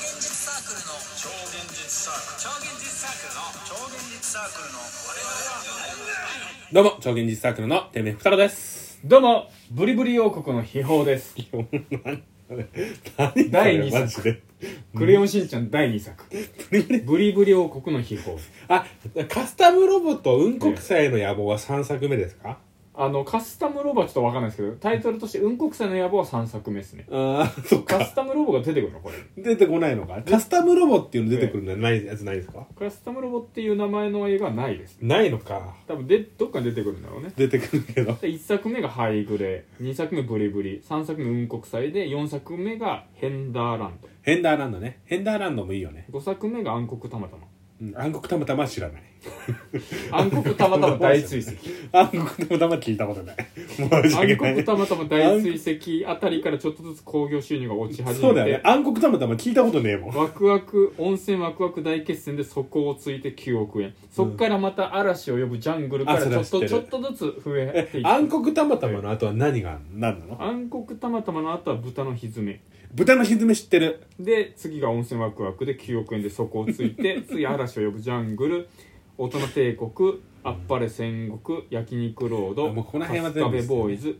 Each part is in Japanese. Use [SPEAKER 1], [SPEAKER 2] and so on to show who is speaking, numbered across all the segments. [SPEAKER 1] サークルの
[SPEAKER 2] 超現実サーク
[SPEAKER 1] 超
[SPEAKER 2] ル
[SPEAKER 1] 現実サークルの
[SPEAKER 2] 超現実サークルの我々
[SPEAKER 3] どうも、超現実サークルのてめふたろです。
[SPEAKER 4] どうもブリブリ王国の秘宝です
[SPEAKER 3] 何
[SPEAKER 4] 第二作
[SPEAKER 3] マジで。
[SPEAKER 4] クレヨンしんちゃん第2作ブリブリ王国の秘宝
[SPEAKER 3] あ、カスタムロボットうんこくさいの野望は3作目ですか
[SPEAKER 4] あのカスタムロボはちょっとわかんないですけどタイトルとして「うんこくさいの野望」は3作目ですね
[SPEAKER 3] ああ、そっ
[SPEAKER 4] カ
[SPEAKER 3] か。
[SPEAKER 4] スタムロボが出てくるのこれ
[SPEAKER 3] 出てこないのか。カスタムロボっていうの出てくるのはないやつないですか
[SPEAKER 4] カスタムロボっていう名前の映画はないです
[SPEAKER 3] ないのか。
[SPEAKER 4] 多分でどっかに出てくるんだろうね
[SPEAKER 3] 出てくるけど。
[SPEAKER 4] で1作目が「ハイグレ」2作目「ブリブリ」3作目「うんこくさい」で4作目が「ヘンダーランド
[SPEAKER 3] ヘンダーランドね。ヘンダーランドもいいよね」。
[SPEAKER 4] 5作目が「暗黒たまたま
[SPEAKER 3] うん暗黒たまたまは知らない。」
[SPEAKER 4] 暗黒たまたま大追跡
[SPEAKER 3] 暗黒たまたま聞いたこと ない。申し
[SPEAKER 4] 暗
[SPEAKER 3] 訳な
[SPEAKER 4] 黒
[SPEAKER 3] い。
[SPEAKER 4] たまたま大追跡あたりからちょっとずつ興行収入が落ち始
[SPEAKER 3] そう
[SPEAKER 4] め
[SPEAKER 3] だ
[SPEAKER 4] て、
[SPEAKER 3] よね。暗黒たまたま聞いたことね えもん。
[SPEAKER 4] ワクワク温泉ワクワク大決戦で底をついて9億円そっからまた嵐を呼ぶジャングルから
[SPEAKER 3] あそ
[SPEAKER 4] ち
[SPEAKER 3] れ
[SPEAKER 4] ょ
[SPEAKER 3] は
[SPEAKER 4] っ
[SPEAKER 3] 知って
[SPEAKER 4] と
[SPEAKER 3] る
[SPEAKER 4] ちょっとずつ増えていく
[SPEAKER 3] 暗黒たまたまの後は何が、何なの
[SPEAKER 4] 暗黒たまたまの後は豚のひずめ
[SPEAKER 3] 豚のひずめ知ってる。
[SPEAKER 4] で次が温泉ワクワクで9億円で底をつい て次嵐を呼ぶジャングル大人帝国あっぱれ戦国焼肉ロード
[SPEAKER 3] あもうこの辺は全部
[SPEAKER 4] 春
[SPEAKER 3] 知
[SPEAKER 4] 日
[SPEAKER 3] ってる
[SPEAKER 4] 部ボーイズ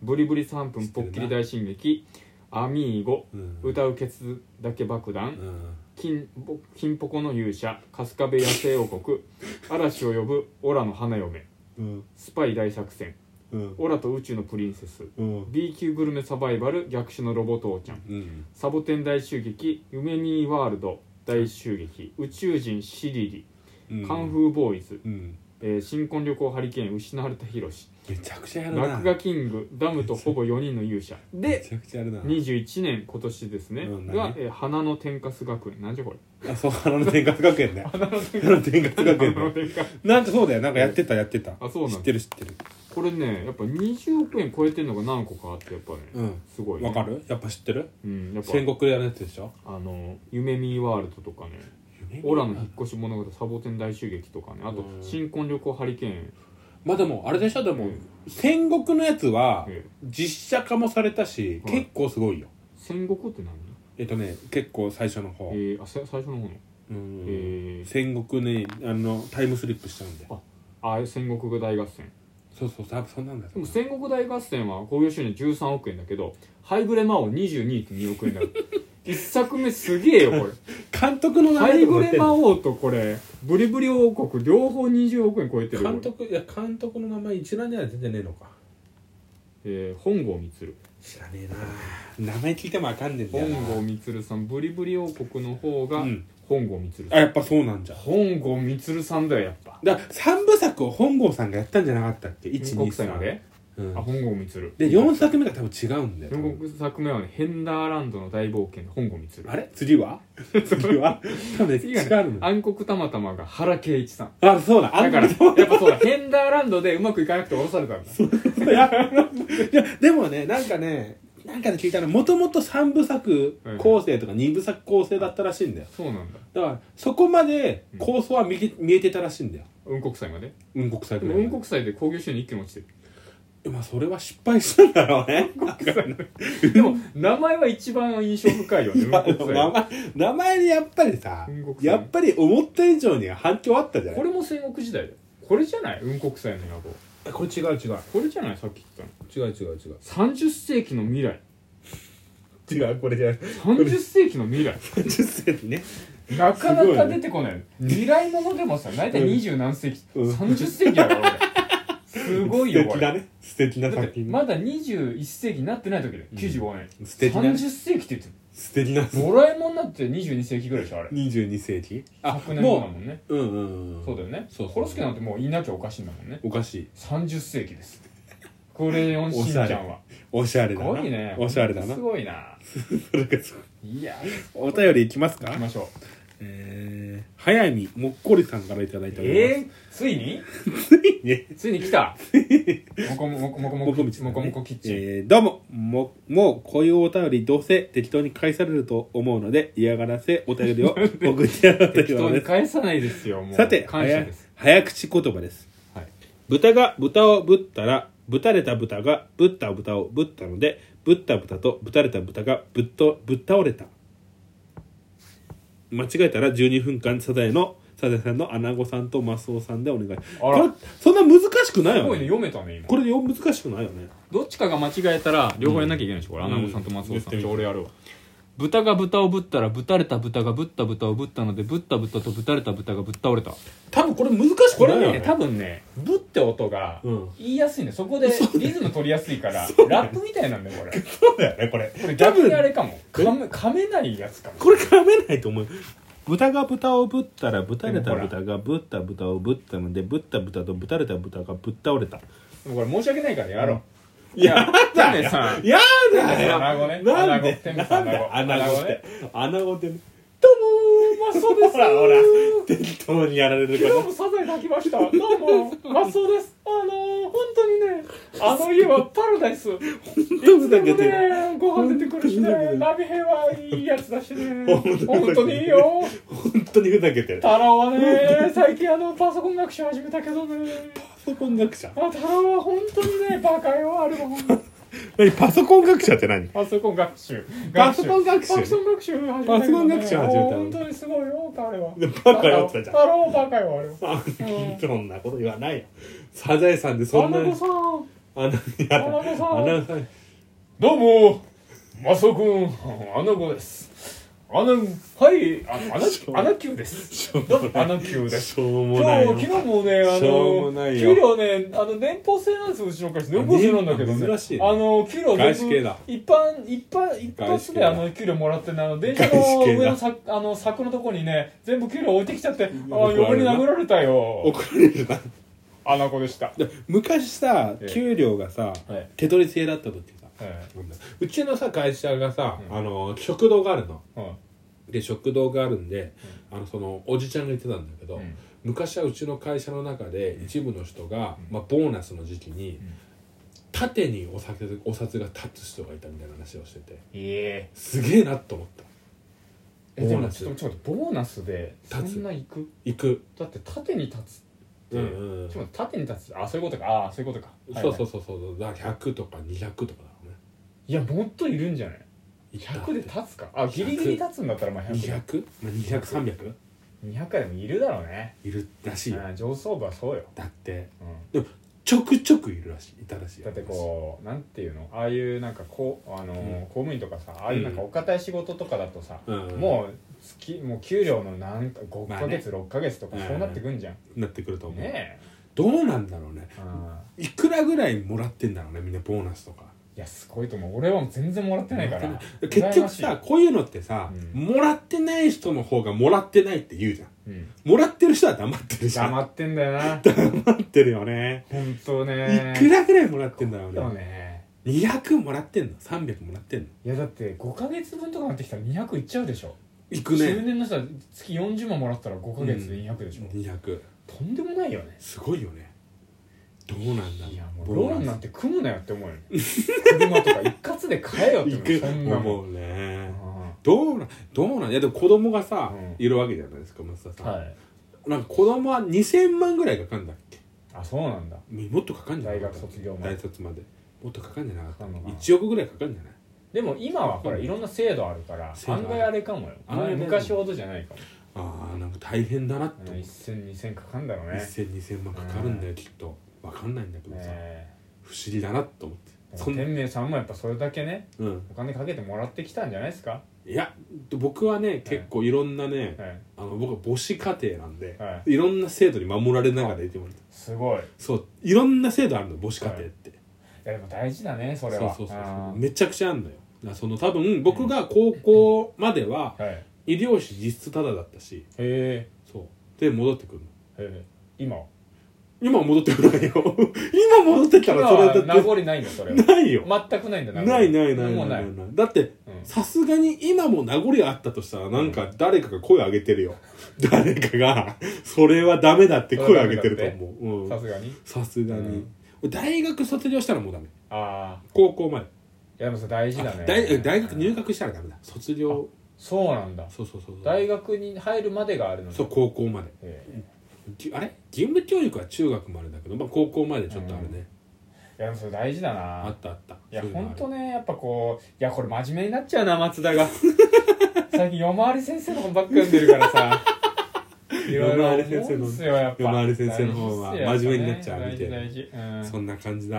[SPEAKER 4] ブリブリ3分ポッキリ大進撃アミーゴ
[SPEAKER 3] うん
[SPEAKER 4] 歌うケツだけ爆弾、
[SPEAKER 3] うん。
[SPEAKER 4] 金ぼ金ポコの勇者春日部野生王国嵐を呼ぶオラの花嫁
[SPEAKER 3] うん。
[SPEAKER 4] スパイ大作戦
[SPEAKER 3] うん。
[SPEAKER 4] オラと宇宙のプリンセス
[SPEAKER 3] うん。
[SPEAKER 4] B 級グルメサバイバル逆襲のロボ父ちゃん
[SPEAKER 3] うん。
[SPEAKER 4] サボテン大襲撃夢見ワールド大襲撃宇宙人シリリ
[SPEAKER 3] うん
[SPEAKER 4] カンフーボーイズ、
[SPEAKER 3] うん。
[SPEAKER 4] えー新婚旅行ハリケーン失われたヒロシ
[SPEAKER 3] めちゃくちゃやるな。
[SPEAKER 4] 落書キングダムとほぼ4人の勇者
[SPEAKER 3] め
[SPEAKER 4] で
[SPEAKER 3] ちゃくちゃやるな。
[SPEAKER 4] 21年今年ですね、
[SPEAKER 3] うん
[SPEAKER 4] が
[SPEAKER 3] 何、
[SPEAKER 4] えー花の天かす学園なんじゃこれ
[SPEAKER 3] あ、そう、花の天活学園ね。花の天活学園
[SPEAKER 4] 花の
[SPEAKER 3] ね。
[SPEAKER 4] 天かす
[SPEAKER 3] なんかそうだよ。なんかやってた、やってた。
[SPEAKER 4] あそうなん
[SPEAKER 3] 知
[SPEAKER 4] だ
[SPEAKER 3] ってる、知ってる。
[SPEAKER 4] これねやっぱ20億円超えてるのが何個かあってやっぱね、
[SPEAKER 3] うん。
[SPEAKER 4] すごい、ね、
[SPEAKER 3] わかるやっぱ知ってる
[SPEAKER 4] うんやっぱ
[SPEAKER 3] 戦国やるやつでしょ
[SPEAKER 4] あの「夢見ワールド」とかね「オラの引っ越し物語」「サボテン大襲撃」とかねあと
[SPEAKER 3] う
[SPEAKER 4] 「
[SPEAKER 3] ん
[SPEAKER 4] 新婚旅行ハリケーン
[SPEAKER 3] まあでも、あれでしょでも
[SPEAKER 4] うん、
[SPEAKER 3] 戦国のやつは
[SPEAKER 4] ええ、
[SPEAKER 3] 実写化もされたし、
[SPEAKER 4] はい
[SPEAKER 3] 結構すごいよ。」
[SPEAKER 4] 「戦国」って何、
[SPEAKER 3] えっとね、結構最初の方。
[SPEAKER 4] えー、あせ最初の方の
[SPEAKER 3] うん
[SPEAKER 4] えー
[SPEAKER 3] 戦国ね、あの、タイムスリップしちゃうんで。
[SPEAKER 4] あ戦国大合戦
[SPEAKER 3] そうそう、多分そんなんだよ
[SPEAKER 4] でも戦国大合戦は興行収入13億円だけどハイグレマ王22.2億円だよ1作目すげえよこれ
[SPEAKER 3] 監督の名
[SPEAKER 4] ハ
[SPEAKER 3] 前
[SPEAKER 4] イ
[SPEAKER 3] でも
[SPEAKER 4] グ
[SPEAKER 3] 載っ
[SPEAKER 4] レ
[SPEAKER 3] てんの
[SPEAKER 4] 魔王とこれブリブリ王国両方20億円超えてるよ
[SPEAKER 3] 監
[SPEAKER 4] これ
[SPEAKER 3] 督いや監督の名前一覧には出てねえのか
[SPEAKER 4] えー、本郷光
[SPEAKER 3] 知らねえな名前聞いてもわかんねえんだよ
[SPEAKER 4] 本
[SPEAKER 3] な
[SPEAKER 4] 郷光さんブリブリ王国の方が
[SPEAKER 3] うん
[SPEAKER 4] 本郷光さ
[SPEAKER 3] あ
[SPEAKER 4] ん、
[SPEAKER 3] やっぱそうなんじゃ
[SPEAKER 4] 本郷光さんだよやっぱ
[SPEAKER 3] だ3部作を本郷さんがやったんじゃなかったっけ
[SPEAKER 4] 四国祭ま
[SPEAKER 3] 123
[SPEAKER 4] で、
[SPEAKER 3] うん
[SPEAKER 4] あ、本郷光
[SPEAKER 3] で4作目が多分違うんだよ
[SPEAKER 4] 四国作目はねヘンダーランドの大冒険で本郷光
[SPEAKER 3] あれ次は 次は多分ね
[SPEAKER 4] 次
[SPEAKER 3] 違
[SPEAKER 4] がね
[SPEAKER 3] うの
[SPEAKER 4] 暗黒たまたまが原敬一さん
[SPEAKER 3] あそうだ
[SPEAKER 4] だから
[SPEAKER 3] あ
[SPEAKER 4] やっぱそうだヘンダーランドでうまくいかなくて降ろされたん だ
[SPEAKER 3] いやいやでもねなんかねなんかで聞いたのもともと3部作構成とか2部作構成だったらしいんだよ
[SPEAKER 4] そうなんだ
[SPEAKER 3] だからそこまで構想は見,、見えてたらしいんだよ
[SPEAKER 4] 雲国祭まで
[SPEAKER 3] うんこくさい
[SPEAKER 4] で
[SPEAKER 3] ぐら
[SPEAKER 4] も
[SPEAKER 3] いまで
[SPEAKER 4] 雲国祭で興行収入一気に落ちてる
[SPEAKER 3] まあそれは失敗したんだろうね。
[SPEAKER 4] でも名前は一番印象深 いよね雲国祭
[SPEAKER 3] 名前名前でやっぱりさ
[SPEAKER 4] うんこ、くさい
[SPEAKER 3] やっぱり思った以上に反響あったじゃない
[SPEAKER 4] これも戦国時代だよこれじゃない雲国祭の野望
[SPEAKER 3] れこれ違う違う。
[SPEAKER 4] これじゃないさっき言ったの
[SPEAKER 3] 違う違う違う。
[SPEAKER 4] 30世紀の未来
[SPEAKER 3] 違う、これじゃな い。
[SPEAKER 4] 30世紀の未来
[SPEAKER 3] 30世紀ね。
[SPEAKER 4] なか
[SPEAKER 3] すご
[SPEAKER 4] ないか
[SPEAKER 3] ね
[SPEAKER 4] 出てこない未来ものでもさ大体二十何世紀、
[SPEAKER 3] うん
[SPEAKER 4] 30世紀だろ俺すごい
[SPEAKER 3] 素
[SPEAKER 4] よこ
[SPEAKER 3] 敵
[SPEAKER 4] れ
[SPEAKER 3] だね。素敵な
[SPEAKER 4] だっ
[SPEAKER 3] 作
[SPEAKER 4] て
[SPEAKER 3] 品。
[SPEAKER 4] まだ21世紀になってない時だよ95年、
[SPEAKER 3] 素敵な、
[SPEAKER 4] 30世紀って言って
[SPEAKER 3] 素敵な
[SPEAKER 4] るドラえもんだって22世紀ぐらいでしょあれ
[SPEAKER 3] 22世紀。あ
[SPEAKER 4] 100、年後だ
[SPEAKER 3] も
[SPEAKER 4] もんね
[SPEAKER 3] う、うんうんうん。
[SPEAKER 4] そうだよね
[SPEAKER 3] そうそう
[SPEAKER 4] コロスケなんてもういなきゃおかしいんだもんね
[SPEAKER 3] おかしい。
[SPEAKER 4] 30世紀ですクレヨンしんちゃんは
[SPEAKER 3] おしゃれ
[SPEAKER 4] す
[SPEAKER 3] だ
[SPEAKER 4] ごい
[SPEAKER 3] な
[SPEAKER 4] ね。
[SPEAKER 3] おしゃれだな
[SPEAKER 4] す。ごいないや
[SPEAKER 3] お便りいきますか
[SPEAKER 4] 行きましょう
[SPEAKER 3] えー、早見もっこりさんからいただいております。
[SPEAKER 4] えー、ついに
[SPEAKER 3] えね
[SPEAKER 4] ついに来たもこもこもこもこ
[SPEAKER 3] 僕
[SPEAKER 4] も
[SPEAKER 3] み
[SPEAKER 4] こもこもこキッチン、
[SPEAKER 3] えーどうもももうこういうお便りどうせ適当に返されると思うので嫌がらせお便りを送ってやろうと
[SPEAKER 4] 適
[SPEAKER 3] 言
[SPEAKER 4] 当
[SPEAKER 3] わ
[SPEAKER 4] に
[SPEAKER 3] れます
[SPEAKER 4] 返さないですよもう
[SPEAKER 3] さて
[SPEAKER 4] 感謝です
[SPEAKER 3] 早早口言葉です、
[SPEAKER 4] はい
[SPEAKER 3] 豚が豚をぶったらぶたれた豚がぶった豚をぶったのでぶった豚とぶたれた豚がぶっとぶっ倒れた間違えたら12分間サザエのサザエさんのアナゴさんとマスオさんでお願い
[SPEAKER 4] あ
[SPEAKER 3] こ
[SPEAKER 4] ら
[SPEAKER 3] れそんな難しくない
[SPEAKER 4] す
[SPEAKER 3] よ
[SPEAKER 4] ごいね
[SPEAKER 3] ね
[SPEAKER 4] 読めたね今
[SPEAKER 3] これよ難しくないよね
[SPEAKER 4] どっちかが間違えたら両方やんなきゃいけないでしょ、これ
[SPEAKER 3] う
[SPEAKER 4] ア
[SPEAKER 3] ん
[SPEAKER 4] ナゴさんと松尾さん、
[SPEAKER 3] うん
[SPEAKER 4] ちょ俺やるわ豚が豚をぶったらぶたれた豚がぶった豚をぶったのでぶった豚とぶたれた豚がぶっ倒れた
[SPEAKER 3] 多分これ難し
[SPEAKER 4] こ
[SPEAKER 3] くな
[SPEAKER 4] れ
[SPEAKER 3] いよ
[SPEAKER 4] ね
[SPEAKER 3] ね
[SPEAKER 4] 多分ねぶって音が
[SPEAKER 3] うん
[SPEAKER 4] 言いやすいねそこでリズム取りやすいからラップみたいなんだよこれこ
[SPEAKER 3] そうだよねこれ
[SPEAKER 4] れ
[SPEAKER 3] 多
[SPEAKER 4] 逆
[SPEAKER 3] 分
[SPEAKER 4] にあれかも噛め噛めないやつかも
[SPEAKER 3] これ噛めないと思う豚が豚をぶったらぶたれた
[SPEAKER 4] でもほら
[SPEAKER 3] 豚がぶった豚をぶったのでぶった豚とぶたれた豚がぶっ倒れた
[SPEAKER 4] でもこれ申し訳ないからやろう、
[SPEAKER 3] いやだ
[SPEAKER 4] 天明さん
[SPEAKER 3] やだよ
[SPEAKER 4] 穴子ね
[SPEAKER 3] なん
[SPEAKER 4] 穴子
[SPEAKER 3] で
[SPEAKER 4] 天
[SPEAKER 3] な
[SPEAKER 4] 明
[SPEAKER 3] ん
[SPEAKER 4] さん
[SPEAKER 3] で穴子って穴子ってね
[SPEAKER 4] どうもマスオです
[SPEAKER 3] ほらほら適当にやられるから
[SPEAKER 4] 今日もサザエが来ましたどうもマスオですあのー、本当にねあの家はパラダイスいつでもねご飯出てくるしね鍋平はいいやつだしね本当にいいよ
[SPEAKER 3] 本当にふざけてる
[SPEAKER 4] 太郎はね最近あのパソコン学習始めたけどね
[SPEAKER 3] パソコン学者
[SPEAKER 4] あ太郎は本当にねバカよあれは本当に
[SPEAKER 3] 何パソコン学者って何
[SPEAKER 4] パソコン学習
[SPEAKER 3] パソコン学習
[SPEAKER 4] パソコン学習始めたけどね
[SPEAKER 3] パソコン学習始めたの
[SPEAKER 4] 本当にすごいよ彼は
[SPEAKER 3] でバカよって言ったじゃん
[SPEAKER 4] 太郎バカよあれは
[SPEAKER 3] あそんなこと言わないよサザエさんでそんな
[SPEAKER 4] 花子さん
[SPEAKER 3] 穴やだ
[SPEAKER 4] 穴子さん
[SPEAKER 3] 穴子さん
[SPEAKER 4] どうもマサオくんアナゴですアナはいあ
[SPEAKER 3] しょう
[SPEAKER 4] アナアナキューです
[SPEAKER 3] しょう
[SPEAKER 4] どうもアナキューです
[SPEAKER 3] しょうも
[SPEAKER 4] 今
[SPEAKER 3] ない
[SPEAKER 4] 日昨日もねあ
[SPEAKER 3] しょうも
[SPEAKER 4] の
[SPEAKER 3] ないよ
[SPEAKER 4] 給料ねあの年俸制なんですようちの会社年俸制なんだけどね
[SPEAKER 3] 珍しいね
[SPEAKER 4] あの給料
[SPEAKER 3] 外資系
[SPEAKER 4] 全部
[SPEAKER 3] だ
[SPEAKER 4] 一般一般一
[SPEAKER 3] 外資
[SPEAKER 4] 発
[SPEAKER 3] 系
[SPEAKER 4] で
[SPEAKER 3] だ
[SPEAKER 4] あの給料もらってねあの電車
[SPEAKER 3] 外資
[SPEAKER 4] の
[SPEAKER 3] 系だ
[SPEAKER 4] 上のさあの柵のとこにね全部給料置いてきちゃっ てあ
[SPEAKER 3] ん
[SPEAKER 4] ー
[SPEAKER 3] 怒られ
[SPEAKER 4] 横
[SPEAKER 3] る
[SPEAKER 4] に
[SPEAKER 3] な
[SPEAKER 4] 殴られたよ
[SPEAKER 3] 怒られるな
[SPEAKER 4] アナゴでした、
[SPEAKER 3] で昔さ
[SPEAKER 4] ええ
[SPEAKER 3] 給料がさ
[SPEAKER 4] はい
[SPEAKER 3] 手取り制だった時さ
[SPEAKER 4] え
[SPEAKER 3] うちのさ会社がさ、
[SPEAKER 4] うん
[SPEAKER 3] あの食堂があるの
[SPEAKER 4] えはい
[SPEAKER 3] で食堂があるんで、あのそのおじちゃんが言ってたんだけど、
[SPEAKER 4] うん
[SPEAKER 3] 昔はうちの会社の中で一部の人が、まあ、ボーナスの時期に、縦にお酒お札が立つ人がいたみたいな話をしてて
[SPEAKER 4] いいえ
[SPEAKER 3] すげえなと思った
[SPEAKER 4] え
[SPEAKER 3] ボ
[SPEAKER 4] で
[SPEAKER 3] ー
[SPEAKER 4] も
[SPEAKER 3] ナス
[SPEAKER 4] ちょっとちょっとボーナスでそ
[SPEAKER 3] 立つ
[SPEAKER 4] んな行く
[SPEAKER 3] 行く、
[SPEAKER 4] だって縦に立つって、
[SPEAKER 3] うんうんうん
[SPEAKER 4] ちょっと待って縦に立つあそういうことかあそういうことか
[SPEAKER 3] そうそううそうそうだから100とか200とかだろうね
[SPEAKER 4] いやもっといるんじゃない
[SPEAKER 3] 行った
[SPEAKER 4] 100で立つかあギリギリ立つんだったらまあ100
[SPEAKER 3] 200?200、まあ、200
[SPEAKER 4] 200回でもいるだろうね、
[SPEAKER 3] 300いるらしいよ
[SPEAKER 4] うん、上層部はそうよ、
[SPEAKER 3] だって
[SPEAKER 4] う
[SPEAKER 3] ちょくちょくいるらしいいたらしい
[SPEAKER 4] ん、だってこうなんていうのああいうなんかこうあのー、
[SPEAKER 3] うん
[SPEAKER 4] 公務員とかさああいうなんか
[SPEAKER 3] うん
[SPEAKER 4] お堅い仕事とかだとさ、
[SPEAKER 3] うんうん
[SPEAKER 4] もう月もう給料のなんか5
[SPEAKER 3] まあ
[SPEAKER 4] ヶ
[SPEAKER 3] ね
[SPEAKER 4] 月、6ヶ月とか
[SPEAKER 3] うん
[SPEAKER 4] そうなってくんじゃん、
[SPEAKER 3] なってくると思う、
[SPEAKER 4] ね
[SPEAKER 3] どうなんだろうね
[SPEAKER 4] え、うん
[SPEAKER 3] いくらぐらいもらってんだろうねみんなボーナスとか
[SPEAKER 4] いやすごいと思う俺はもう全然もらってないから
[SPEAKER 3] 結
[SPEAKER 4] 羨ま
[SPEAKER 3] 局
[SPEAKER 4] しい
[SPEAKER 3] さこういうのってさ、
[SPEAKER 4] うん
[SPEAKER 3] もらってない人の方がもらってないって言うじゃん
[SPEAKER 4] うん
[SPEAKER 3] もらってる人は黙ってるじゃん
[SPEAKER 4] 黙ってんだよ な
[SPEAKER 3] 黙ってるよね
[SPEAKER 4] 本当ね
[SPEAKER 3] いくらぐらいもらってんだろう
[SPEAKER 4] だよ
[SPEAKER 3] ね
[SPEAKER 4] ね
[SPEAKER 3] 200もらってんの300もらってんの
[SPEAKER 4] いやだって5ヶ月分とかなってきたら200いっちゃうでしょ
[SPEAKER 3] いく
[SPEAKER 4] 中
[SPEAKER 3] ね
[SPEAKER 4] 年の人は月40万もらったら5ヶ月で200でしょ、
[SPEAKER 3] 200
[SPEAKER 4] とんでもないよね
[SPEAKER 3] すごいよねどうなんだろ
[SPEAKER 4] いやも
[SPEAKER 3] ボ
[SPEAKER 4] うローン
[SPEAKER 3] ナ
[SPEAKER 4] な
[SPEAKER 3] ス
[SPEAKER 4] んて組むなよって思 うよね車とか一括で買えよって思う
[SPEAKER 3] いく
[SPEAKER 4] そんなもん
[SPEAKER 3] 思うね
[SPEAKER 4] うん
[SPEAKER 3] どうなんどうなんいやでも子供がさ、
[SPEAKER 4] うん
[SPEAKER 3] いるわけじゃないですか松田さん、
[SPEAKER 4] はい
[SPEAKER 3] なんか子供は2000万ぐらいかかんだっけ
[SPEAKER 4] あそうなんだ
[SPEAKER 3] もっとかかんじゃない
[SPEAKER 4] 大学卒業まで
[SPEAKER 3] 大卒までもっとかかんじゃなかった
[SPEAKER 4] かかんのかな
[SPEAKER 3] 1億ぐらいかかんじゃない
[SPEAKER 4] でも今はほらいろんな制度あるから
[SPEAKER 3] 制度ある
[SPEAKER 4] 案外あれかもよ
[SPEAKER 3] 案外あれかも
[SPEAKER 4] 昔ほどじゃないかも
[SPEAKER 3] ああなんか大変だなって思う
[SPEAKER 4] 10002000かかんだろうね
[SPEAKER 3] 10002000万かかるんだよきっとわかんないんだけど
[SPEAKER 4] ね
[SPEAKER 3] さ、
[SPEAKER 4] え
[SPEAKER 3] 不思議だなと思ってそん
[SPEAKER 4] 天明さんもやっぱそれだけね
[SPEAKER 3] うん
[SPEAKER 4] お金かけてもらってきたんじゃないですか
[SPEAKER 3] いや僕はね結構いろんなね、
[SPEAKER 4] はい
[SPEAKER 3] あの僕は母子家庭なんで、、
[SPEAKER 4] はい
[SPEAKER 3] ろんな制度に守られながらいてもらって
[SPEAKER 4] すごいい
[SPEAKER 3] そういろんな制度あるの母子家庭って、
[SPEAKER 4] やでも大事だね
[SPEAKER 3] そ
[SPEAKER 4] それは
[SPEAKER 3] うそうそう
[SPEAKER 4] あ
[SPEAKER 3] そう
[SPEAKER 4] ー
[SPEAKER 3] めちゃくちゃあるのよだからその多分僕が高校までは
[SPEAKER 4] はいへ
[SPEAKER 3] 医療費実質タダだったし
[SPEAKER 4] え
[SPEAKER 3] そうで戻ってくるの
[SPEAKER 4] へえ今は
[SPEAKER 3] 今は戻ってこないよ 今戻ってきた
[SPEAKER 4] 今
[SPEAKER 3] らそれ
[SPEAKER 4] は
[SPEAKER 3] だ
[SPEAKER 4] 名
[SPEAKER 3] っ
[SPEAKER 4] 残ないのそれ
[SPEAKER 3] て
[SPEAKER 4] は
[SPEAKER 3] ないよ
[SPEAKER 4] 全くないんだ名残
[SPEAKER 3] ないないない
[SPEAKER 4] も
[SPEAKER 3] な
[SPEAKER 4] う
[SPEAKER 3] い
[SPEAKER 4] ない
[SPEAKER 3] ないだって
[SPEAKER 4] うん
[SPEAKER 3] さすがに今も名残あったとしたらなんか誰かが声上げてるよ 誰かがそれはダメだって声上げてると思ううん
[SPEAKER 4] さすがに
[SPEAKER 3] さすがに、大学卒業したらもうダメ
[SPEAKER 4] ああ
[SPEAKER 3] 高校まで
[SPEAKER 4] いやでもそれ大事だね
[SPEAKER 3] 大大学入学したらダメだ卒業
[SPEAKER 4] そうなんだ
[SPEAKER 3] そうそうそうそう
[SPEAKER 4] 大学に入るまでがあるのね
[SPEAKER 3] そう高校まで
[SPEAKER 4] へえ
[SPEAKER 3] ぎあれ義務教育は中学までだけど、まあ、高校までちょっとあるね、
[SPEAKER 4] いやでもそれ大事だ
[SPEAKER 3] あ
[SPEAKER 4] な
[SPEAKER 3] ったあった
[SPEAKER 4] いや
[SPEAKER 3] そううのあ
[SPEAKER 4] 本
[SPEAKER 3] る
[SPEAKER 4] 当ねやっぱこういやこれ真面目になっちゃうな松田が最近夜回り先生の本ばっか読んでるか らさ
[SPEAKER 3] 夜回り先生の
[SPEAKER 4] いろいろ思うんすよやっぱ
[SPEAKER 3] 夜回り先生の本は
[SPEAKER 4] 大事っす
[SPEAKER 3] 真
[SPEAKER 4] よ
[SPEAKER 3] 面目になっちゃう
[SPEAKER 4] やぱね
[SPEAKER 3] 見て
[SPEAKER 4] 大事大事
[SPEAKER 3] そんな感じだ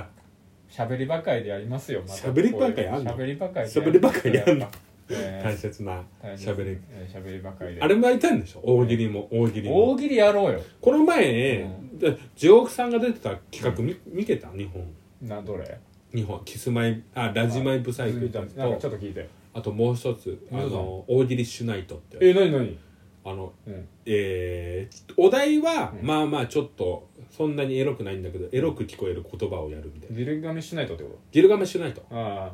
[SPEAKER 4] うん、喋りばかりでやりますよまた
[SPEAKER 3] 喋りばかりやんの
[SPEAKER 4] 喋りばかり
[SPEAKER 3] 喋りばかりやんの大
[SPEAKER 4] 大
[SPEAKER 3] 切な
[SPEAKER 4] 大
[SPEAKER 3] 喋り
[SPEAKER 4] えー喋りばかりで
[SPEAKER 3] あれもやりたいんでしょ大喜利も大喜利も
[SPEAKER 4] 大喜利やろうよ
[SPEAKER 3] この前、
[SPEAKER 4] う
[SPEAKER 3] でジオークさんが出てた企画見,、見てた日本
[SPEAKER 4] などれ
[SPEAKER 3] 日本キスマイあラジマイブサイク
[SPEAKER 4] なんかちょっ
[SPEAKER 3] と
[SPEAKER 4] と聞いて
[SPEAKER 3] あともう一つあ
[SPEAKER 4] どう
[SPEAKER 3] の
[SPEAKER 4] ぞ
[SPEAKER 3] 大喜利シュナイトって
[SPEAKER 4] え何何
[SPEAKER 3] あの
[SPEAKER 4] うん
[SPEAKER 3] えーお題は、
[SPEAKER 4] うん
[SPEAKER 3] まあまあちょっとそんなにエロくないんだけどエロく聞こえる言葉をやるみたいな
[SPEAKER 4] ギルガメしないとってこ
[SPEAKER 3] ギルガメシュナイト
[SPEAKER 4] とあ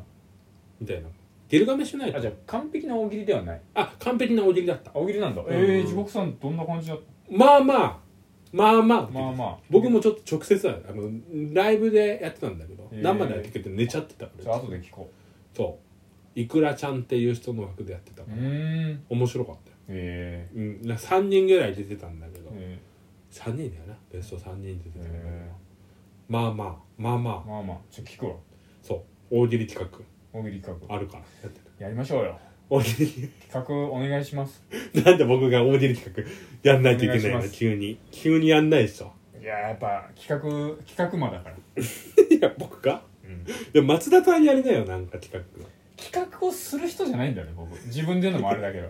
[SPEAKER 3] みたいなギルガメシュナイ
[SPEAKER 4] ーあ
[SPEAKER 3] ト
[SPEAKER 4] じゃあ完璧な大喜利ではない
[SPEAKER 3] あ完璧な大喜利だった
[SPEAKER 4] あ大喜利なんだ
[SPEAKER 3] ん
[SPEAKER 4] えー地獄さんどんな感じだった
[SPEAKER 3] まあまあまあまあ
[SPEAKER 4] まあまあ
[SPEAKER 3] 僕もちょっと直接はあのライブでやってたんだけど
[SPEAKER 4] へー
[SPEAKER 3] 生でやってて寝ちゃってたか
[SPEAKER 4] じゃあ
[SPEAKER 3] ら
[SPEAKER 4] 後で聞こ
[SPEAKER 3] そういくらちゃんっていう人の枠でやってた
[SPEAKER 4] ううーん
[SPEAKER 3] 面白かったよ、
[SPEAKER 4] え
[SPEAKER 3] うん、な3人ぐらい出てたんだけど
[SPEAKER 4] ーえ
[SPEAKER 3] 3人だよなベスト3人出て
[SPEAKER 4] ー
[SPEAKER 3] たんだけど
[SPEAKER 4] え
[SPEAKER 3] まあまあまあまあ
[SPEAKER 4] ーまあまあちょっと聞くわ
[SPEAKER 3] そう大喜利企
[SPEAKER 4] 大喜利企
[SPEAKER 3] 画あるからやってる
[SPEAKER 4] 画やりましょうよ
[SPEAKER 3] 大喜利
[SPEAKER 4] 企画お願いします
[SPEAKER 3] なんで僕が大喜利企画やんないといけ
[SPEAKER 4] お
[SPEAKER 3] ない
[SPEAKER 4] 願いし
[SPEAKER 3] の
[SPEAKER 4] ます
[SPEAKER 3] 急に急にやんないでしょ
[SPEAKER 4] いややっぱ企画企画魔だから
[SPEAKER 3] いや僕がでも松田さんやりなよなんか企画
[SPEAKER 4] 企画をする人じゃないんだよね僕自分で言うのもあれだけど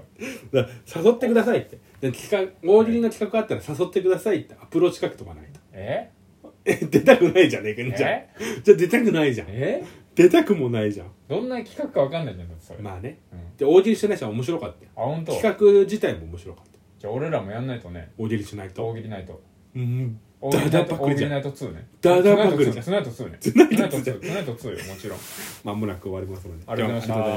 [SPEAKER 3] だから誘ってくださいってで企画大喜利の企画あったら誘ってくださいってアプローチかけとかないと
[SPEAKER 4] え
[SPEAKER 3] え出たくないじゃねえ かじゃあ
[SPEAKER 4] え
[SPEAKER 3] じゃあ出たくないじゃん
[SPEAKER 4] え
[SPEAKER 3] 出たくもないじゃん
[SPEAKER 4] どんな企画かわかんないじゃんだってそれ、あ
[SPEAKER 3] まあね、
[SPEAKER 4] うん
[SPEAKER 3] で大喜利してない人は面白かったよ
[SPEAKER 4] 本当。
[SPEAKER 3] 企画自体も面白かった
[SPEAKER 4] じゃあ俺らもやんないとね
[SPEAKER 3] 大喜利しないと
[SPEAKER 4] 大喜利ナイト
[SPEAKER 3] うん
[SPEAKER 4] 大喜利ナイト
[SPEAKER 3] ダダパク
[SPEAKER 4] 大
[SPEAKER 3] リ
[SPEAKER 4] 喜
[SPEAKER 3] じゃ
[SPEAKER 4] 利
[SPEAKER 3] ん
[SPEAKER 4] ナイト2ね
[SPEAKER 3] ダダパクリじゃん
[SPEAKER 4] ツナイト2ねツナイト2ねツナイト2よもちろん
[SPEAKER 3] まもなく終わりますので
[SPEAKER 4] ありがとうございました
[SPEAKER 3] 今日は